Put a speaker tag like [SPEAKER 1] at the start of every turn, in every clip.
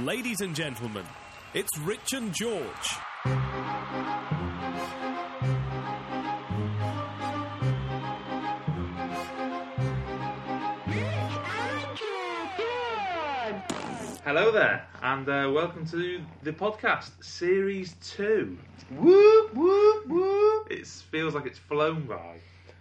[SPEAKER 1] Ladies and gentlemen, it's Rich and George.
[SPEAKER 2] Hello there, and uh, welcome to the podcast series two.
[SPEAKER 3] Whoop whoop whoop!
[SPEAKER 2] It feels like it's flown by.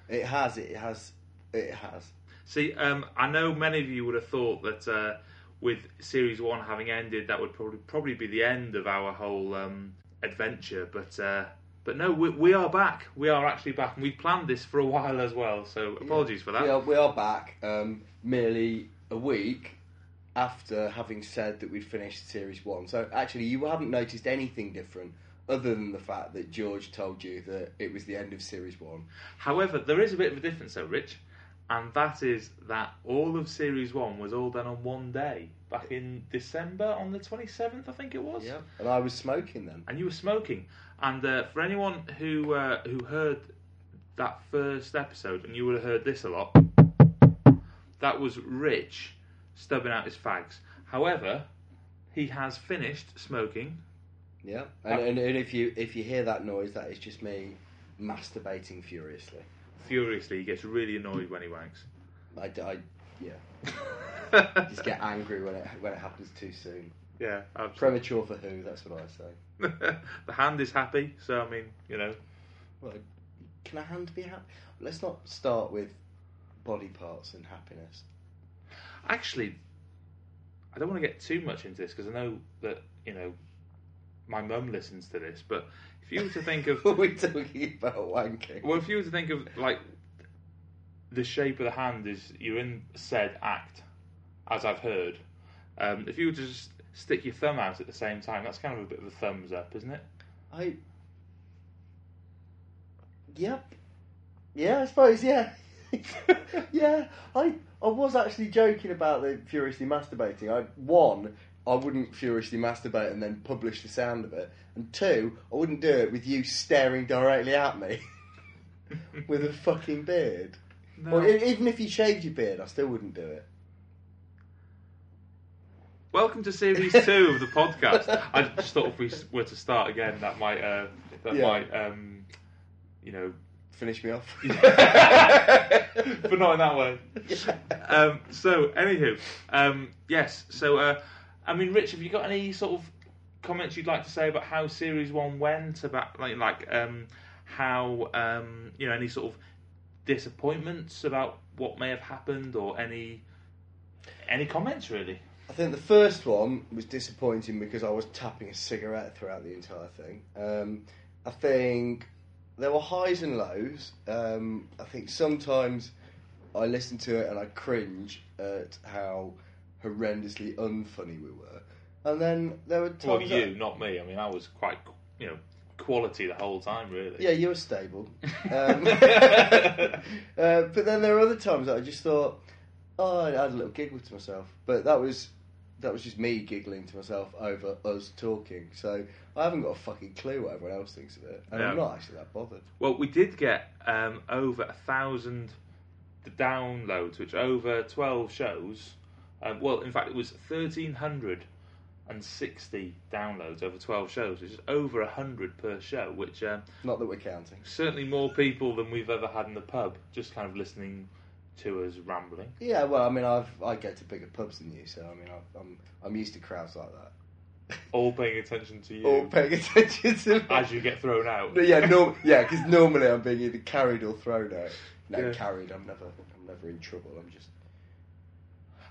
[SPEAKER 3] It has, it has, it has.
[SPEAKER 2] See, um, I know many of you would have thought that uh, with series one having ended, that would probably probably be the end of our whole um, adventure. But uh, but no, we, we are back. We are actually back, and we planned this for a while as well. So apologies for that.
[SPEAKER 3] We are, we are back um, merely a week after having said that we'd finished series one. So actually, you haven't noticed anything different other than the fact that George told you that it was the end of series one.
[SPEAKER 2] However, there is a bit of a difference, though, Rich, and that is that all of series one was all done on one day back in December on the twenty seventh, I think it was.
[SPEAKER 3] And I was smoking then.
[SPEAKER 2] and you were smoking. And uh, for anyone who uh, who heard that first episode, and you would have heard this a lot, that was Rich stubbing out his fags. However, he has finished smoking.
[SPEAKER 3] Yeah. And, and, and if you if you hear that noise, that is just me masturbating furiously.
[SPEAKER 2] Furiously, he gets really annoyed when he wanks.
[SPEAKER 3] I, I yeah. Just get angry when it when it happens too soon.
[SPEAKER 2] yeah, absolutely.
[SPEAKER 3] Premature for who? That's what I say.
[SPEAKER 2] the hand is happy, so I mean, you know,
[SPEAKER 3] Well, can a hand be happy? Let's not start with body parts and happiness.
[SPEAKER 2] actually, I don't want to get too much into this because I know that you know my mum listens to this. But if you were to think of
[SPEAKER 3] What are we talking about wanking?
[SPEAKER 2] Well, if you were to think of like the shape of the hand is you're in said act, as I've heard. Um, if you were to just stick your thumb out at the same time, that's kind of a bit of a thumbs up, isn't it?
[SPEAKER 3] I. Yep. Yeah, I suppose. Yeah. yeah. I I was actually joking about the furiously masturbating. I one. I wouldn't furiously masturbate and then publish the sound of it. And two, I wouldn't do it with you staring directly at me with a fucking beard.
[SPEAKER 2] No.
[SPEAKER 3] Or e- even if you shaved your beard, I still wouldn't do it.
[SPEAKER 2] Welcome to series two of the podcast. I just thought if we s- were to start again, that might uh, that
[SPEAKER 3] Yeah.
[SPEAKER 2] might um, you know,
[SPEAKER 3] Finish me off.
[SPEAKER 2] but not in that way. Um, so, anywho, um, yes. So, uh, I mean, Rich, have you got any sort of comments you'd like to say about how Series One went? About like, like um, how um, you know any sort of disappointments about what may have happened, or any any comments really?
[SPEAKER 3] I think the first one was disappointing because I was tapping a cigarette throughout the entire thing. Um, I think there were highs and lows. Um, I think sometimes I listened to it and I cringe at how horrendously unfunny we were. And then there were times.
[SPEAKER 2] Well,
[SPEAKER 3] that-
[SPEAKER 2] you, not me. I mean, I was quite you know quality the whole time, really.
[SPEAKER 3] Yeah, you were stable. Um, uh, but then there were other times that I just thought, oh, I had a little giggle to myself. But that was that was just me giggling to myself over us talking. So I haven't got a fucking clue what everyone else thinks of it, and I'm
[SPEAKER 2] No.
[SPEAKER 3] not actually that bothered.
[SPEAKER 2] Well, we did get um, over a thousand the downloads, which over twelve shows. Um, well, in fact, it was thirteen hundred and sixty downloads over twelve shows, which is over hundred per show, which um,
[SPEAKER 3] Not that we're counting.
[SPEAKER 2] certainly more people than we've ever had in the pub. Just kind of listening to us rambling.
[SPEAKER 3] Yeah, well, I mean, I've I go to bigger pubs than you, so I mean, I've, I'm I'm used to crowds like that.
[SPEAKER 2] All paying attention to you
[SPEAKER 3] All paying attention to me.
[SPEAKER 2] as you get thrown out.
[SPEAKER 3] But yeah, no, yeah, because normally I'm being either carried or thrown out. No,
[SPEAKER 2] Yeah.
[SPEAKER 3] carried. I'm never, I'm never in trouble. I'm just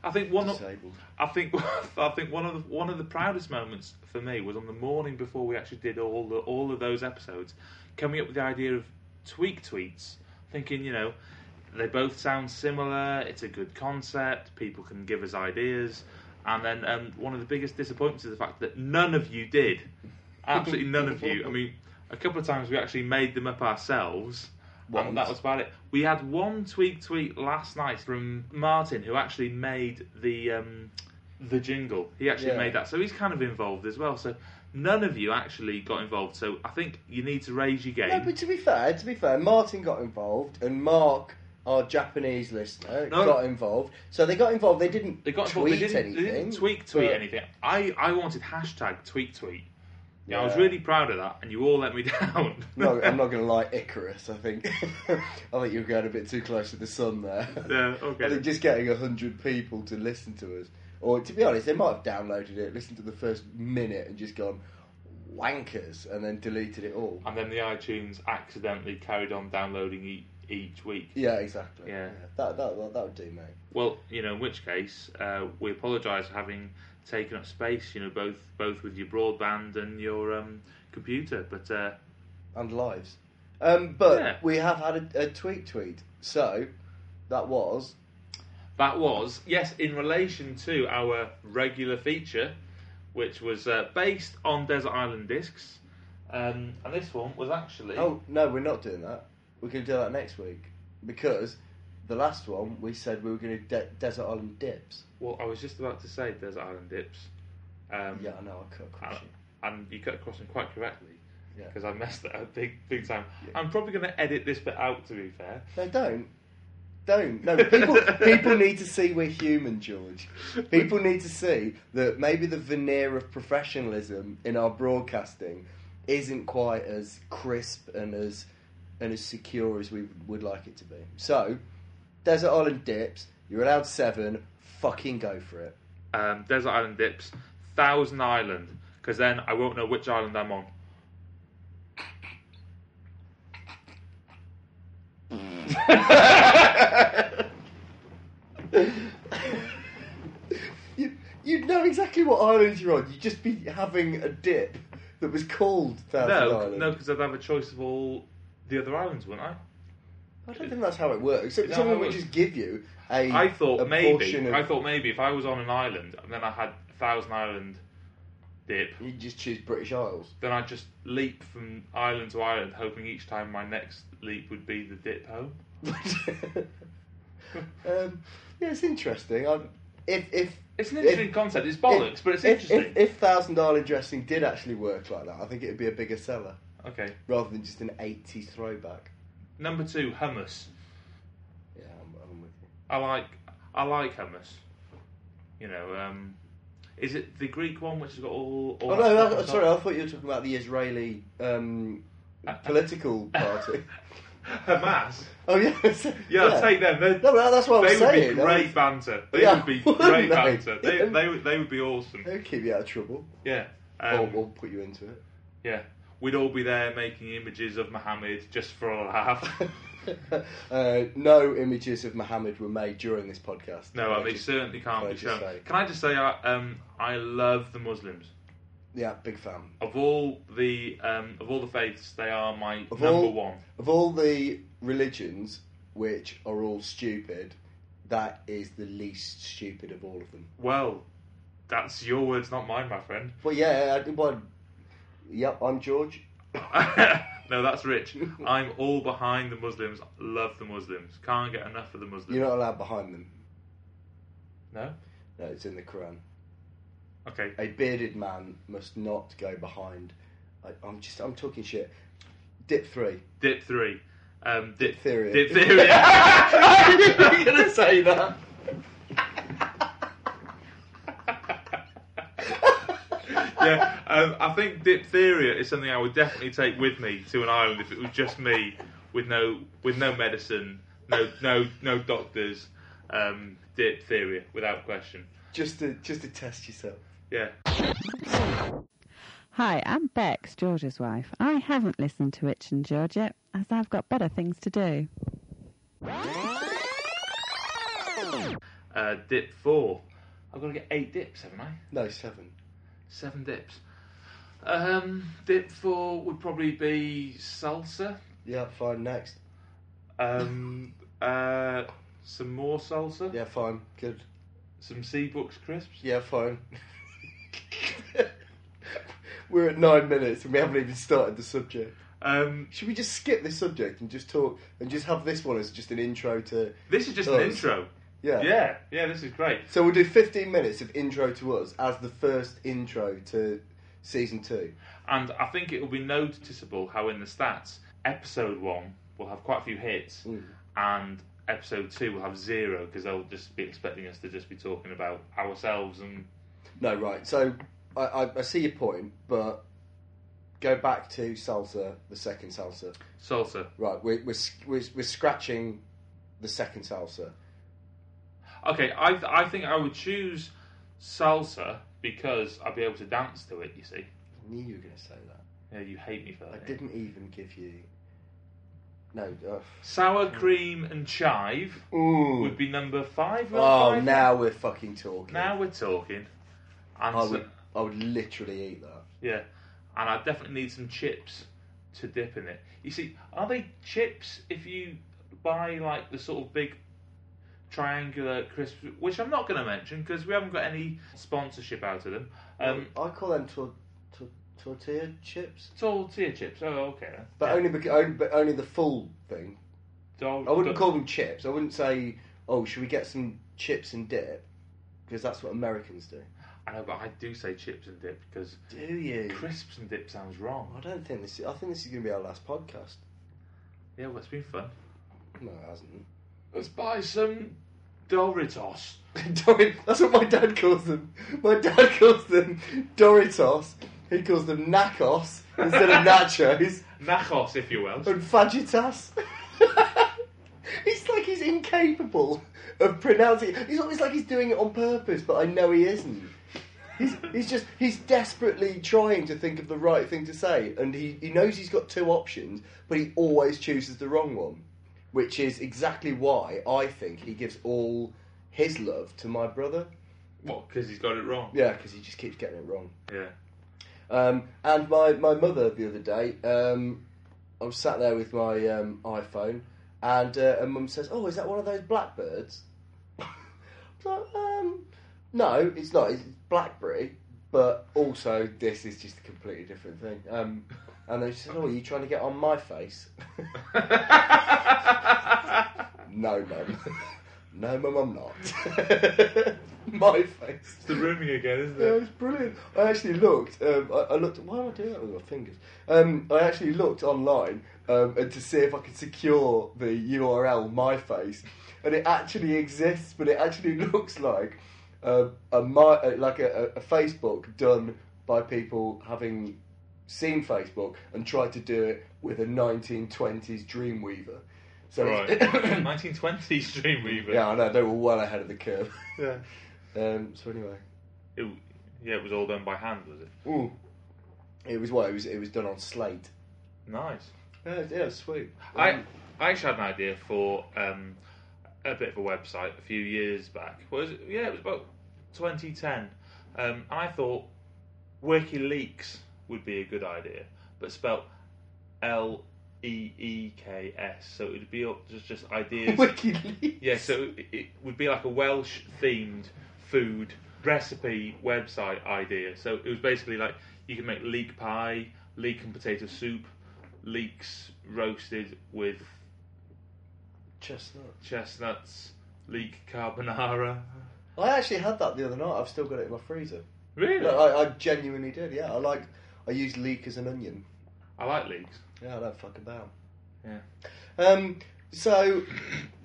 [SPEAKER 2] I think one. of-
[SPEAKER 3] disabled.
[SPEAKER 2] I think I think one of the, one of the proudest moments for me was on the morning before we actually did all the, all of those episodes, coming up with the idea of tweak tweets, thinking you know they both sound similar, it's a good concept, people can give us ideas, and then um, one of the biggest disappointments is the fact that none of you did, absolutely none of you. I mean, a couple of times we actually made them up ourselves.
[SPEAKER 3] Once.
[SPEAKER 2] And that was about it. We had one tweet tweet last night from Martin, who actually made the um, the jingle. He actually
[SPEAKER 3] Yeah.
[SPEAKER 2] made that, so he's kind of involved as well. So none of you actually got involved. So I think you need to raise your game.
[SPEAKER 3] No, but to be fair, to be fair, Martin got involved, and Mark, our Japanese listener,
[SPEAKER 2] No.
[SPEAKER 3] got involved. So they got involved. They didn't
[SPEAKER 2] They got
[SPEAKER 3] tweet
[SPEAKER 2] tweet they didn't,
[SPEAKER 3] anything.
[SPEAKER 2] They didn't tweak tweet
[SPEAKER 3] but-
[SPEAKER 2] anything. I, I wanted hashtag tweet tweet. Yeah, I was
[SPEAKER 3] Yeah.
[SPEAKER 2] really proud of that, and you all let me down.
[SPEAKER 3] No, I'm not going to lie, Icarus. I think I think you're going a bit too close to the sun there.
[SPEAKER 2] Yeah, okay.
[SPEAKER 3] I think just getting hundred people to listen to us, or to be honest, they might have downloaded it, listened to the first minute, and just gone wankers, and then deleted it all.
[SPEAKER 2] and then the iTunes accidentally carried on downloading e- each week.
[SPEAKER 3] Yeah, exactly.
[SPEAKER 2] Yeah.
[SPEAKER 3] that that that, that would do, mate.
[SPEAKER 2] Well, you know, in which case, uh, we apologise for having taken up space. You know, both both with your broadband and your um, computer. But uh,
[SPEAKER 3] and lives. Um, but
[SPEAKER 2] Yeah.
[SPEAKER 3] we have had a, a tweet tweet. So that was
[SPEAKER 2] that was yes, in relation to our regular feature, which was uh, based on Desert Island Discs, um, and this one was actually
[SPEAKER 3] oh no, we're not doing that. We're going to do that next week because the last one we said we were going to de- desert island dips.
[SPEAKER 2] well, I was just about to say Desert Island Dips. Um,
[SPEAKER 3] Yeah, I know I cut across
[SPEAKER 2] and, and you cut across them quite correctly
[SPEAKER 3] you. Yeah.
[SPEAKER 2] because I messed that up big big time.
[SPEAKER 3] Yeah.
[SPEAKER 2] I'm probably going to edit this bit out. To be fair.
[SPEAKER 3] No, don't. Don't. No, people, people need to see we're human, George. People need to see that maybe the veneer of professionalism in our broadcasting isn't quite as crisp and as and as secure as we would like it to be. So, Desert Island Dips, you're allowed seven. Fucking go for it.
[SPEAKER 2] um, Desert Island Dips, Thousand Island, because then I won't know which island I'm on.
[SPEAKER 3] You, you'd know exactly what island you're on. You'd just be having a dip that was called Thousand
[SPEAKER 2] No,
[SPEAKER 3] Island.
[SPEAKER 2] no, because I'd have a choice of all the other islands, wouldn't I?
[SPEAKER 3] I don't think that's how it works. So
[SPEAKER 2] Is that how
[SPEAKER 3] someone
[SPEAKER 2] it
[SPEAKER 3] would
[SPEAKER 2] works?
[SPEAKER 3] just give you a.
[SPEAKER 2] I thought
[SPEAKER 3] a
[SPEAKER 2] maybe.
[SPEAKER 3] portion Of,
[SPEAKER 2] I thought maybe if I was on an island and then I had Thousand Island dip,
[SPEAKER 3] you just choose British Isles.
[SPEAKER 2] then I'd just leap from island to island, hoping each time my next leap would be the dip home.
[SPEAKER 3] um, yeah, it's interesting. I, if if
[SPEAKER 2] It's an
[SPEAKER 3] if-
[SPEAKER 2] interesting concept. It's bollocks,
[SPEAKER 3] if-
[SPEAKER 2] but it's
[SPEAKER 3] if-
[SPEAKER 2] interesting.
[SPEAKER 3] If, if Thousand Island dressing did actually work like that, I think it would be a bigger seller
[SPEAKER 2] okay.
[SPEAKER 3] rather than just an 80s throwback.
[SPEAKER 2] Number two, hummus.
[SPEAKER 3] Yeah, I'm, I'm with you.
[SPEAKER 2] I like I like hummus. You know, um, is it the Greek one which has got all? all
[SPEAKER 3] Oh
[SPEAKER 2] that
[SPEAKER 3] no,
[SPEAKER 2] stuff
[SPEAKER 3] I,
[SPEAKER 2] on top?
[SPEAKER 3] sorry, I thought you were talking about the Israeli um,
[SPEAKER 2] Uh,
[SPEAKER 3] political party.
[SPEAKER 2] Hamas.
[SPEAKER 3] oh yes,
[SPEAKER 2] Yeah, I'll take them. They,
[SPEAKER 3] No, but that's what I
[SPEAKER 2] they
[SPEAKER 3] was
[SPEAKER 2] would
[SPEAKER 3] saying.
[SPEAKER 2] be great banter. They
[SPEAKER 3] Yeah,
[SPEAKER 2] would be
[SPEAKER 3] wouldn't
[SPEAKER 2] great
[SPEAKER 3] they?
[SPEAKER 2] banter. They, they would they would be awesome.
[SPEAKER 3] They'll keep you out of trouble.
[SPEAKER 2] Yeah.
[SPEAKER 3] Or
[SPEAKER 2] Um,
[SPEAKER 3] we'll put you into it.
[SPEAKER 2] yeah. We'd all be there making images of Mohammed just for a laugh.
[SPEAKER 3] uh, no images of Mohammed were made during this podcast.
[SPEAKER 2] no,
[SPEAKER 3] I
[SPEAKER 2] they
[SPEAKER 3] just-
[SPEAKER 2] certainly can't
[SPEAKER 3] I
[SPEAKER 2] be
[SPEAKER 3] just
[SPEAKER 2] shown.
[SPEAKER 3] say-
[SPEAKER 2] Can I just say, I, um, I love the Muslims.
[SPEAKER 3] Yeah, big fan.
[SPEAKER 2] Of all the um, of all the faiths, they are my
[SPEAKER 3] Of
[SPEAKER 2] number
[SPEAKER 3] all-
[SPEAKER 2] one.
[SPEAKER 3] Of all the religions, which are all stupid, that is the least stupid of all of them.
[SPEAKER 2] Well, that's your words, not mine, my friend.
[SPEAKER 3] But yeah, I, well, yep, I'm George.
[SPEAKER 2] no, that's rich. I'm all behind the Muslims. Love the Muslims. Can't get enough of the Muslims.
[SPEAKER 3] You're not allowed behind them.
[SPEAKER 2] No.
[SPEAKER 3] No, it's in the Quran.
[SPEAKER 2] Okay.
[SPEAKER 3] A bearded man must not go behind. I, I'm just, I'm talking shit. Dip three.
[SPEAKER 2] Dip three. Um, dip
[SPEAKER 3] Diphtheria.
[SPEAKER 2] Dip theory.
[SPEAKER 3] I'm gonna say that.
[SPEAKER 2] yeah. Um, I think diphtheria is something I would definitely take with me to an island if it was just me, with no with no medicine, no no no doctors. Um, diphtheria, without question.
[SPEAKER 3] Just to, just to test yourself.
[SPEAKER 2] Yeah.
[SPEAKER 4] Hi, I'm Bex, George's wife. I haven't listened to Itch and George yet, as I've got better things to do.
[SPEAKER 2] Uh, dip four. I've got to get eight dips, haven't I?
[SPEAKER 3] No, seven.
[SPEAKER 2] Seven dips. Um, dip four would probably be salsa.
[SPEAKER 3] Yeah, fine. Next.
[SPEAKER 2] Um, uh, some more salsa.
[SPEAKER 3] Yeah, fine. Good.
[SPEAKER 2] Some Seabrooks crisps.
[SPEAKER 3] Yeah, fine. We're at nine minutes and we haven't even started the subject.
[SPEAKER 2] Um,
[SPEAKER 3] Should we just skip this subject and just talk and just have this one as just an intro to?
[SPEAKER 2] this is just an
[SPEAKER 3] Those.
[SPEAKER 2] intro.
[SPEAKER 3] Yeah.
[SPEAKER 2] Yeah, yeah, this is great.
[SPEAKER 3] So we'll do fifteen minutes of intro to us as the first intro to season two.
[SPEAKER 2] And I think it will be noticeable how in the stats, episode one will have quite a few hits,
[SPEAKER 3] Mm.
[SPEAKER 2] and episode two will have zero because they'll just be expecting us to just be talking about ourselves and
[SPEAKER 3] No, right. So I, I, I see your point, but go back to salsa, the second salsa.
[SPEAKER 2] salsa.
[SPEAKER 3] Right, we're we're, sc- we're, we're scratching the second salsa.
[SPEAKER 2] Okay, I I think I would choose salsa because I'd be able to dance to it. You see,
[SPEAKER 3] I knew you were going to say that.
[SPEAKER 2] yeah, you hate me for that.
[SPEAKER 3] I
[SPEAKER 2] yeah.
[SPEAKER 3] didn't even give you. No. ugh.
[SPEAKER 2] Sour cream and chive
[SPEAKER 3] Mm. Ooh.
[SPEAKER 2] would be number five. would
[SPEAKER 3] Oh,
[SPEAKER 2] I?
[SPEAKER 3] now we're fucking talking.
[SPEAKER 2] now we're talking. And
[SPEAKER 3] I
[SPEAKER 2] so-
[SPEAKER 3] would I would literally eat that.
[SPEAKER 2] yeah, and I definitely need some chips to dip in it. You see, are they chips if you buy like the sort of big triangular crisps, which I'm not going to mention because we haven't got any sponsorship out of them. Um,
[SPEAKER 3] I call them tor- tor- tortilla chips,
[SPEAKER 2] tortilla chips. Oh, okay. then.
[SPEAKER 3] but only because only, but only the full thing.
[SPEAKER 2] Dol-
[SPEAKER 3] I wouldn't
[SPEAKER 2] do-
[SPEAKER 3] call them chips. I wouldn't say, oh, should we get some chips and dip? Because that's what Americans do.
[SPEAKER 2] I know, but I do say chips and dip because
[SPEAKER 3] Do you?
[SPEAKER 2] crisps and dip sounds
[SPEAKER 3] I
[SPEAKER 2] wrong.
[SPEAKER 3] don't think this. Is, I think this is going to be our last podcast.
[SPEAKER 2] Yeah, well, it's been fun.
[SPEAKER 3] No, it hasn't.
[SPEAKER 2] Let's buy some Doritos.
[SPEAKER 3] Dor- that's what my dad calls them. My dad calls them Doritos. He calls them Nacos instead of Nachos
[SPEAKER 2] Nachos, if you will.
[SPEAKER 3] and Fajitas. it's like he's incapable of pronouncing. it. It's almost like he's doing it on purpose, but I know he isn't. He's, he's just he's desperately trying to think of the right thing to say and he, he knows he's got two options but he always chooses the wrong one which is exactly why i think he gives all his love to my brother
[SPEAKER 2] What? Because he's got it wrong.
[SPEAKER 3] yeah because he just keeps getting it wrong
[SPEAKER 2] Yeah.
[SPEAKER 3] um, and my, my mother the other day um, i was sat there with my um, iphone and uh, and mum says oh is that one of those blackbirds I was like, um, no it's not it's blackberry but also this is just a completely different thing um, and they said oh are you trying to get on my face no mum no mum i'm not my face
[SPEAKER 2] it's the rooming again, isn't
[SPEAKER 3] yeah, it
[SPEAKER 2] it?
[SPEAKER 3] was brilliant. I actually looked. Um, I, I looked. Why am I doing that with my fingers? Um, I actually looked online um, and to see if I could secure the URL MyFace, and it actually exists. But it actually looks like uh, a my uh, like a, a Facebook done by people having seen Facebook and tried to do it with a 1920s Dreamweaver. So
[SPEAKER 2] Right.
[SPEAKER 3] it's-
[SPEAKER 2] 1920s Dreamweaver.
[SPEAKER 3] yeah, I know they were well ahead of the curve.
[SPEAKER 2] Yeah.
[SPEAKER 3] Um, so anyway.
[SPEAKER 2] It, yeah, it was all done by hand, was it?
[SPEAKER 3] Mm. It was what it was. It was done on slate.
[SPEAKER 2] Nice.
[SPEAKER 3] Yeah, yeah, sweet.
[SPEAKER 2] I I actually had an idea for um, a bit of a website a few years back. Was it? yeah, it was about 2010. Um, and I thought WikiLeaks would be a good idea, but spelt L E E K S, so it would be up- just just ideas.
[SPEAKER 3] WikiLeaks.
[SPEAKER 2] yeah, so it- it would be like a Welsh themed food recipe website idea. So it was basically like you could make leek pie, leek and potato soup, leeks roasted with
[SPEAKER 3] Chestnut.
[SPEAKER 2] chestnuts, leek carbonara.
[SPEAKER 3] I actually had that the other night. I've still got it in my freezer.
[SPEAKER 2] Really?
[SPEAKER 3] No, I, I genuinely did. Yeah, I like. I used leek as an onion.
[SPEAKER 2] I like leeks.
[SPEAKER 3] Yeah, I don't fuck about.
[SPEAKER 2] Yeah.
[SPEAKER 3] Um. So,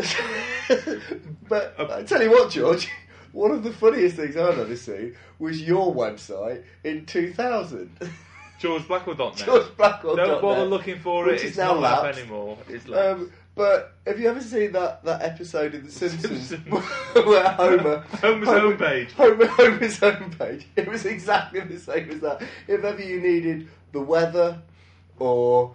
[SPEAKER 3] but I tell you what, George. One of the funniest things I've ever seen was your website in 2000.
[SPEAKER 2] George Blackwell dot net.
[SPEAKER 3] George Blackwell.
[SPEAKER 2] Don't bother looking for
[SPEAKER 3] Which
[SPEAKER 2] it.
[SPEAKER 3] is
[SPEAKER 2] It's
[SPEAKER 3] now
[SPEAKER 2] not up
[SPEAKER 3] lapsed.
[SPEAKER 2] anymore. It's lapsed.
[SPEAKER 3] Um, but have you ever seen that, that episode of The Simpsons,
[SPEAKER 2] Simpsons.
[SPEAKER 3] where Homer
[SPEAKER 2] Homer's
[SPEAKER 3] Homer-
[SPEAKER 2] homepage.
[SPEAKER 3] Homer Homer's homepage? It was exactly the same as that. If ever you needed the weather, or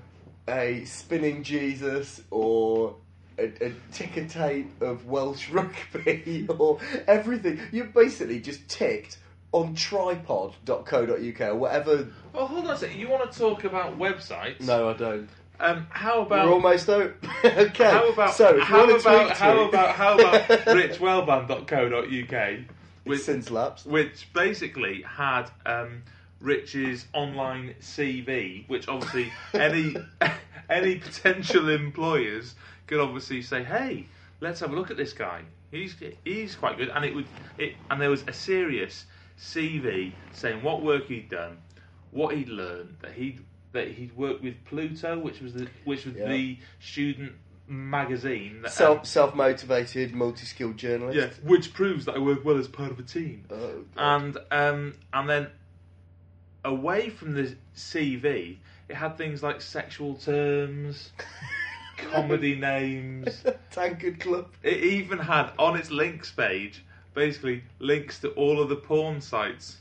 [SPEAKER 3] a spinning Jesus, or a, a ticker tape of Welsh rugby, or everything, you basically just ticked on tripod.co.uk or whatever.
[SPEAKER 2] oh, hold on a second. You want to talk about websites?
[SPEAKER 3] I don't.
[SPEAKER 2] Um, how about
[SPEAKER 3] We're almost out. okay.
[SPEAKER 2] How about
[SPEAKER 3] so? If
[SPEAKER 2] how
[SPEAKER 3] you want
[SPEAKER 2] about
[SPEAKER 3] to
[SPEAKER 2] how about how about richwellband.co.uk, which
[SPEAKER 3] since lapsed?
[SPEAKER 2] which basically had um, Rich's online CV, which obviously any any potential employers could obviously say, "Hey, let's have a look at this guy. He's he's quite good." And it would it and there was a serious CV saying what work he'd done, what he'd learned, that he'd that he'd worked with Pluto, which was the which was
[SPEAKER 3] Yeah.
[SPEAKER 2] the student magazine. That,
[SPEAKER 3] Self
[SPEAKER 2] um,
[SPEAKER 3] self motivated, multi skilled journalist.
[SPEAKER 2] yeah, which proves that I work well as part of a team.
[SPEAKER 3] Oh, God.
[SPEAKER 2] and um, and then away from the CV, it had things like sexual terms, comedy names.
[SPEAKER 3] Tankard Club.
[SPEAKER 2] It even had on its links page basically links to all of the porn sites,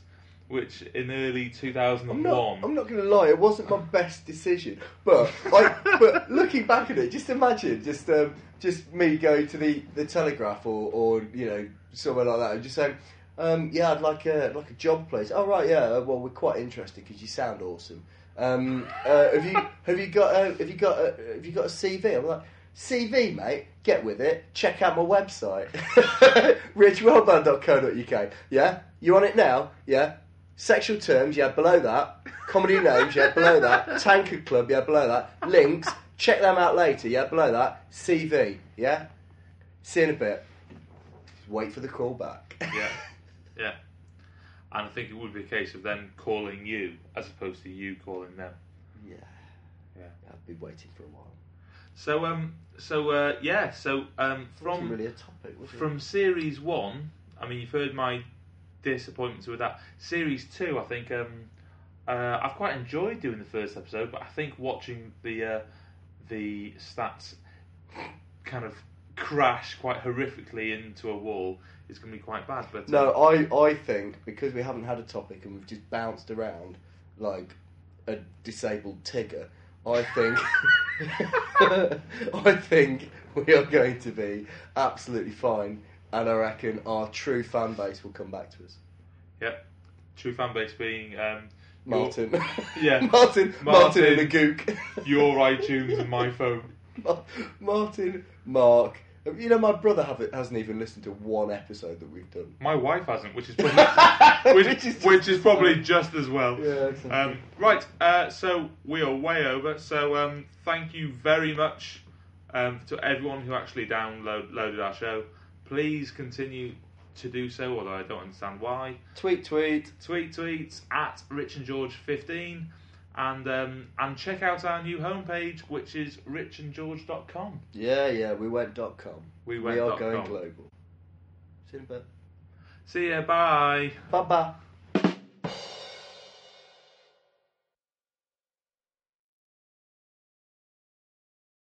[SPEAKER 2] which in early two thousand
[SPEAKER 3] I'm
[SPEAKER 2] and
[SPEAKER 3] not, I'm
[SPEAKER 2] one.
[SPEAKER 3] not going to lie, it wasn't my best decision. But I, but looking back at it, just imagine just um, just me going to the, the Telegraph or, or you know somewhere like that and just saying, um, yeah, I'd like a like a job place. Oh right, yeah. Well, we're quite interested because you sound awesome. Um, uh, have you have you got a, have you got a, have you got a CV? I'm like. CV, mate, get with it. Check out my website, richwellband.co.uk. Yeah, you on it now? Yeah, Sexual terms, yeah, below that. Comedy names, yeah, below that. Tankard Club, yeah, below that. Links, check them out later, yeah, below that. CV, yeah? See you in a bit. Wait for the call back.
[SPEAKER 2] Yeah, yeah. And I think it would be a case of them calling you as opposed to you calling them.
[SPEAKER 3] yeah.
[SPEAKER 2] Yeah.
[SPEAKER 3] I've been waiting for a while.
[SPEAKER 2] So um, so uh, yeah, so um,
[SPEAKER 3] Wasn't
[SPEAKER 2] from
[SPEAKER 3] really a topic, was it?
[SPEAKER 2] from series one, I mean, you've heard my disappointments with that. Series two, I think um, uh, I've quite enjoyed doing the first episode, but I think watching the uh, the stats kind of crash quite horrifically into a wall is going to be quite bad. But uh,
[SPEAKER 3] No, I, I think because we haven't had a topic and we've just bounced around like a disabled tigger, I think I think we are going to be absolutely fine and I reckon our true fan base will come back to us.
[SPEAKER 2] yep, true fan base being um, your-
[SPEAKER 3] Martin.
[SPEAKER 2] Yeah.
[SPEAKER 3] Martin, Martin. and the
[SPEAKER 2] Martin.
[SPEAKER 3] gook.
[SPEAKER 2] your, iTunes and my phone.
[SPEAKER 3] Ma- Martin, Mark. You know, my brother haven't, hasn't even listened to one episode that we've done.
[SPEAKER 2] My wife hasn't, which is probably which,
[SPEAKER 3] Which is-
[SPEAKER 2] which is probably just as well.
[SPEAKER 3] Yeah, exactly.
[SPEAKER 2] Um, right, uh, so we are way over. So um, thank you very much um, to everyone who actually download loaded our show. Please continue to do so, although I don't understand why.
[SPEAKER 3] Tweet, tweet.
[SPEAKER 2] Tweet tweets at Rich and George fifteen, and um, and check out our new homepage, which is richandgeorge.com.
[SPEAKER 3] Yeah, yeah, we went dot com.
[SPEAKER 2] We
[SPEAKER 3] We
[SPEAKER 2] went
[SPEAKER 3] are
[SPEAKER 2] dot
[SPEAKER 3] going
[SPEAKER 2] com.
[SPEAKER 3] global. See you in a bit.
[SPEAKER 2] See ya, bye.
[SPEAKER 3] Bye bye.